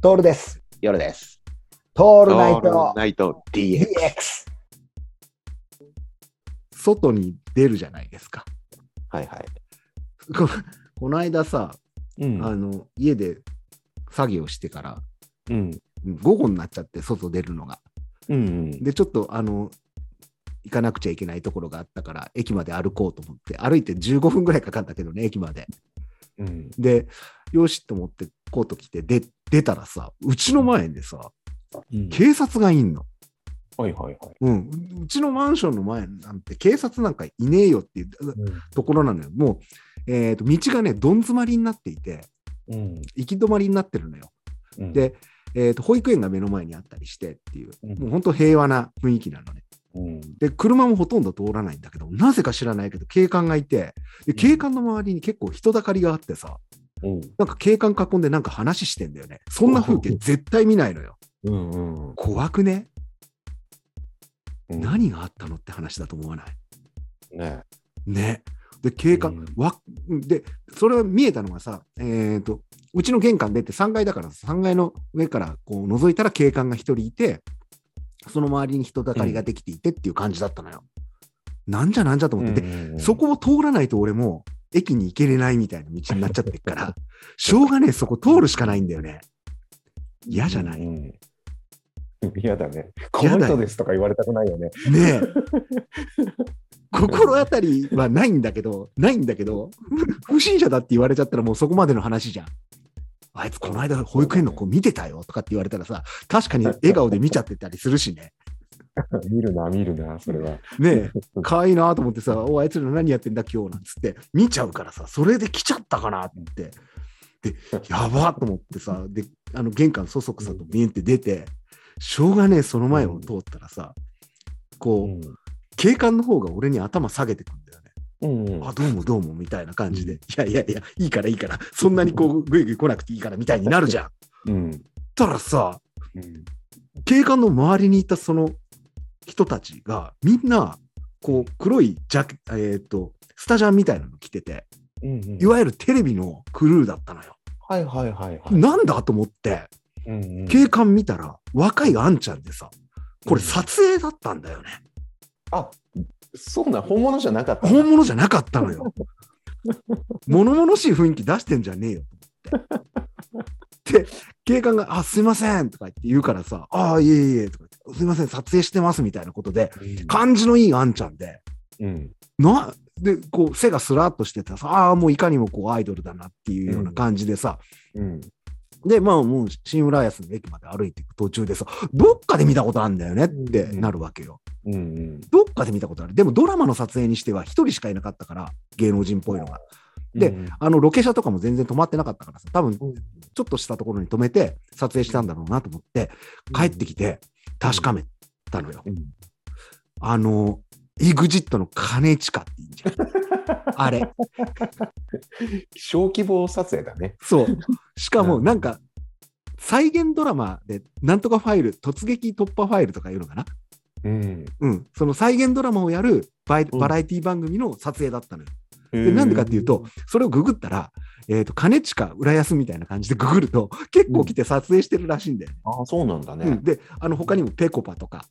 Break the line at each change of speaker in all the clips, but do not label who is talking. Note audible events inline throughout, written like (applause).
トールです。
夜です。
ト
オ
ールナイト
ナイト DX。
DX。外に出るじゃないですか。
はいはい。
こ (laughs) この間さ、
うん
あの家で作業してから、
うん。
うん午後になっちゃって、外出るのが。
うん。
で、ちょっとあの行かなくちゃいけないところがあったから、駅まで歩こうと思って、歩いて15分ぐらいかかったけどね、駅まで。
うん。
で、よしと思ってコート着てで出たらさ、うちの前でさ、
うん
警察がいんの。
はいはいはい。
うん、ううちのマンションの前なんて警察なんかいねえよっていうところなのよ。もう、えーと道がね、どん詰まりになっていて、
うん。
行き止まりになってるのよ。
うん
で、えーと保育園が目の前にあったりしてっていう、
うん
もう本当平和な雰囲気なのね。
うん。
で、車もほとんど通らないんだけど、なぜか知らないけど、警官がいて、で
ん
警官の周りに結構人だかりがあってさ、
うん。
なんか警官囲んでなんか話してんだよね。そんな風景絶対見ないのよ。
うん。うん。
怖くね
うん
何があったのって話だと思わない
ね
ね。で、警官、わで、それは見えたのがさ、えー、と、うちの玄関出て3階だから、3階の上からこう覗いたら警官が1人いて、その周りに人だかりができていてっていう感じだったのよ。なんじゃなんじゃと思って、で、そこを通らないと俺も駅に行けれないみたいな道になっちゃってっ
(laughs)
から、しょうがねえ、そこ通るしかないんだよね。嫌じゃない。ね
い嫌だね。この人ですとか言われたくないよね。 (laughs)
え。心当たりはないんだけど、ないんだけど、不審者だって言われちゃったらもうそこまでの話じゃん。あいつこの間保育園の子見てたよとかって言われたらさ、確かに笑顔で見ちゃってたりするしね。
見るな、見るな、それは。
ねえ、かわいいなと思ってさ、おあいつら何やってんだ今日なんつって見ちゃうからさ、それで来ちゃったかなって。で、やばっと思ってさ、で、あの玄関そそくさと見えて出て、しょうがねえその前を通ったらさ、
う
こう、
ん。
警官の方が俺に頭下げてくんだよね。
うん
あ、どうもどうもみたいな感じで、いやいやいや、いいからいいから、そんなにこう、ぐいぐい来なくていいからみたいになるじゃん。
うん。
たらさ、警官の周りにいたその人たちが、みんな、こう、黒いジャケ、えっ、と、スタジャンみたいなの着てて、
うん
いわゆるテレビのクルーだったのよ。
はいはいはいはい。
なんだと思って、
うんうん
警官見たら、若いあんちゃんでさ、これ撮影だったんだよね。
あ、そうなん、本物じゃなかった。
本物じゃなかったの (laughs) よ。物々しい雰囲気出してんじゃねえよと思って。で、警官が、あ、すいませんとか言って言うからさ、ああ、いえいえとか言って、すいません、撮影してますみたいなことで、感じのいいあんちゃんで、
うん。
な、で、こう、背がスラッとしててさ、ああ、もういかにもこう、アイドルだなっていうような感じでさ、
うん。
で、まあ、もう、新浦安の駅まで歩いていく途中でさ、どっかで見たことあるんだよねってなるわけよ。
うんうん。
どっかで見たことある。でもドラマの撮影にしては一人しかいなかったから、芸能人っぽいのが。で
うん
あの、ロケ車とかも全然止まってなかったからさ、多分ち
う
ょ
ん
っとしたところに止めて撮影したんだろうなと思って、帰ってきて確かめたのよ。
うん
あの、イグジットの金近っていいんじゃん。
(laughs)
あれ。
小規模撮影だね。
そう。しかもなんか、再現ドラマで、なんとかファイル、突撃突破ファイルとかいうのかな。
うん。
うん。その再現ドラマをやるバイ
うん
バラエティ番組の撮影だったのよ。
で
で、なんでかっていうと、、それをググったら、えっ、と、兼近浦安みたいな感じでググると、結構来て撮影してるらしいんだよね。
ああ、そうなんだ
う
ね
ん。で、あの、他にもペコパとか、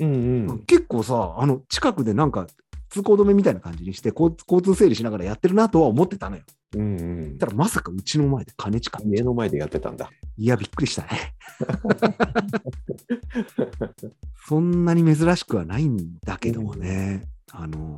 うんう
結構さ、あの、近くでなんか、通行止めみたいな感じにして交、交通整理しながらやってるなとは思ってたのよ。
うんうん
ただ、まさかうちの前で兼近。
家の前でやってたんだ。
いや、びっくりした
(laughs)
ね。そんなに珍しくはないんだけどもね。あの、